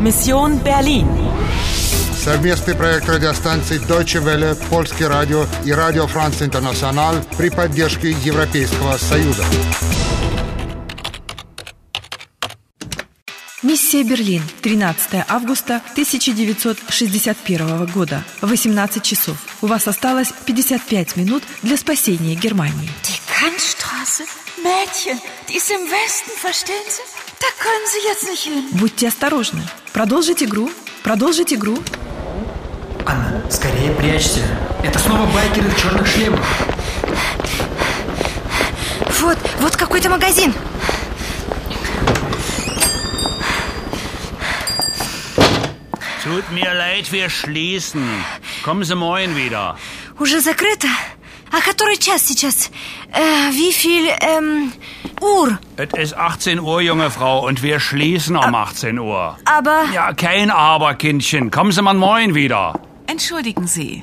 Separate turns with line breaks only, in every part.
Mission Berlin.
Совместный проект радиостанций Deutsche Welle, Польский радио и Радио Франц Интернационал при поддержке Европейского Союза.
Миссия Берлин. 13 августа 1961 года. 18 часов. У вас осталось 55 минут для спасения Германии.
Die Kantstraße? Mädchen, die ist im Westen, verstehen Sie? Da können Sie jetzt nicht hin.
Будьте осторожны. Продолжить игру. Продолжить игру.
Анна, скорее прячься. Это снова байкеры в черных шлемах.
Вот, вот какой-то магазин.
Tut mir leid, wir schließen. Kommen Sie morgen wieder.
Уже закрыто? А который час сейчас? Э, вифиль, эм, ур.
Es ist 18 Uhr, junge Frau, und wir schließen um 18 Uhr.
Aber...
Ja, kein Aber, Kindchen. Kommen Sie mal morgen wieder.
Entschuldigen Sie.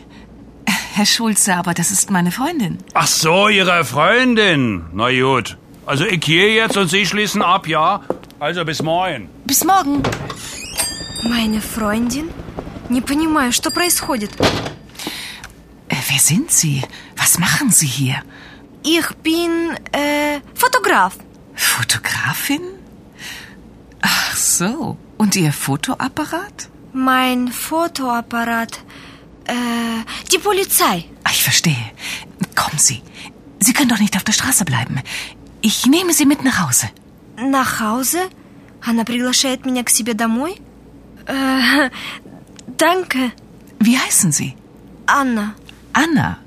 Herr Schulze, aber das ist meine Freundin.
Ach so, Ihre Freundin. Na gut. Also ich gehe jetzt und Sie schließen ab, ja? Also bis morgen.
Bis morgen.
Meine Freundin? Не понимаю, что происходит.
Äh, wer sind Sie? Was machen Sie hier?
Их пин... Э, фотограф.
Fotografin? Ach so. Und Ihr Fotoapparat?
Mein Fotoapparat. Äh, die Polizei.
Ah, Ich verstehe. Kommen Sie. Sie können doch nicht auf der Straße bleiben. Ich nehme Sie mit nach Hause.
Nach Hause? Она приглашает меня к себе домой? Э, danke,
Wie heißen Sie?
Анна.
Anna.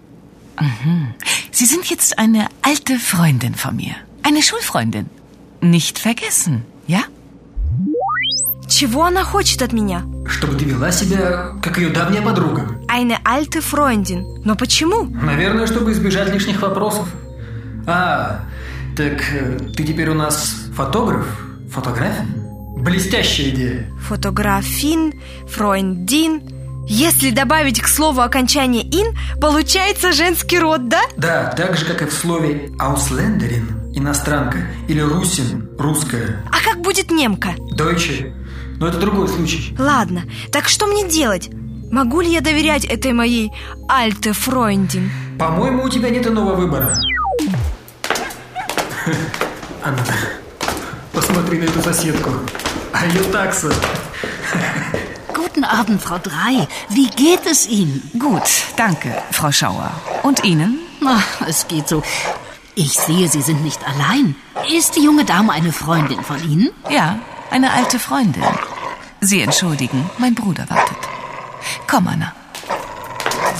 Mhm. Sie sind jetzt eine alte Freundin von mir. Eine Schulfreundin. Nicht vergessen, ja?
Чего она хочет от меня?
Чтобы ты вела себя, как ее давняя подруга.
Eine alte Freundin. Но почему?
Наверное, чтобы избежать лишних вопросов. А, так э, ты теперь у нас фотограф? Фотограф? Блестящая идея.
Фотографин, фройндин. Если добавить к слову окончание «ин», получается женский род, да?
Да, так же, как и в слове «ауслендерин» – иностранка, или «русин» – русская,
А как будет немка?
«дойче». Но это другой случай.
Ладно, так что мне делать? Могу ли я доверять этой моей Альте Фройндин?
По-моему, у тебя нет иного выбора. Анна, посмотри на эту соседку. А ее такса.
Guten Abend, Frau Drei. Wie geht es Ihnen?
Gut, danke, Frau Schauer. Und Ihnen?
Ach, es geht so. Ich sehe, Sie sind nicht allein. Ist die junge Dame eine Freundin von Ihnen?
Ja, eine alte Freundin. Sie entschuldigen, mein Bruder wartet. Komm, Anna.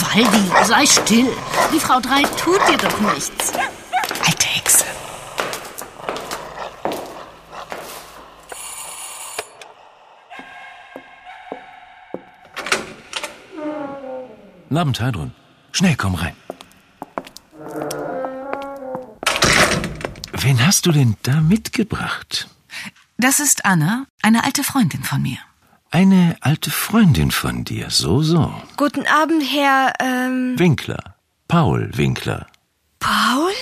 Waldi, sei still. Die Frau Drei tut dir doch nichts.
Alte Hexe.
Guten Abend, Heidrun. Schnell, komm rein. Wen hast du denn da mitgebracht?
Das ist Anna, eine alte Freundin von mir.
Eine alte Freundin von dir, so, so.
Guten Abend, Herr... эм,
Winkler. Paul Winkler.
Пауль?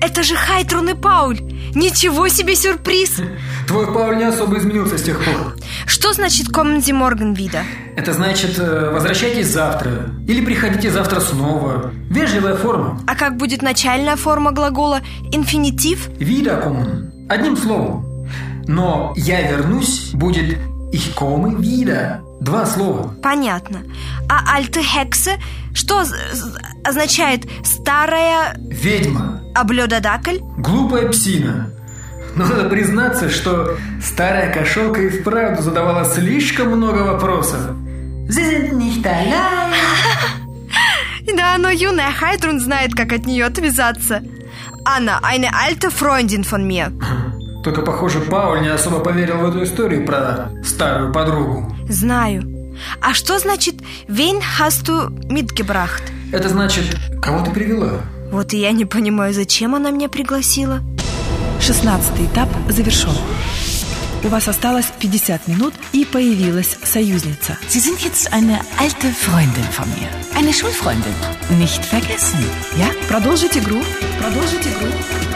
Это же Хайтрун и Пауль! Ничего себе сюрприз!
Твой Пауль не особо изменился с тех пор.
Что значит «Комнди Морган Вида»?
Это значит, э, возвращайтесь завтра. Или приходите завтра снова. Вежливая форма.
А как будет начальная форма глагола «инфинитив»?
Видаком. Одним словом. Но «я вернусь» будет «ихкомы вида». Два слова.
Понятно. А «альте хексе» что з- з- означает «старая
Ведьма.
облёдадакль»?
Глупая псина. Но надо признаться, что старая кошелка и вправду задавала слишком много вопросов.
Да, но юная Хайтрун знает, как от нее отвязаться. Анна, eine alte Freundin von mir.
Только, похоже, Пауль не особо поверил в эту историю про старую подругу.
Знаю. А что значит «Wen hast du mitgebracht»?
Это значит, кого ты привела?
Вот и я не понимаю, зачем она меня пригласила.
16 этап завершен. У вас осталось 50 минут и появилась союзница.
Sie sind jetzt eine alte Freundin von mir. Eine Schulfreundin. Nicht vergessen, ja?
Продолжить игру. Продолжить игру.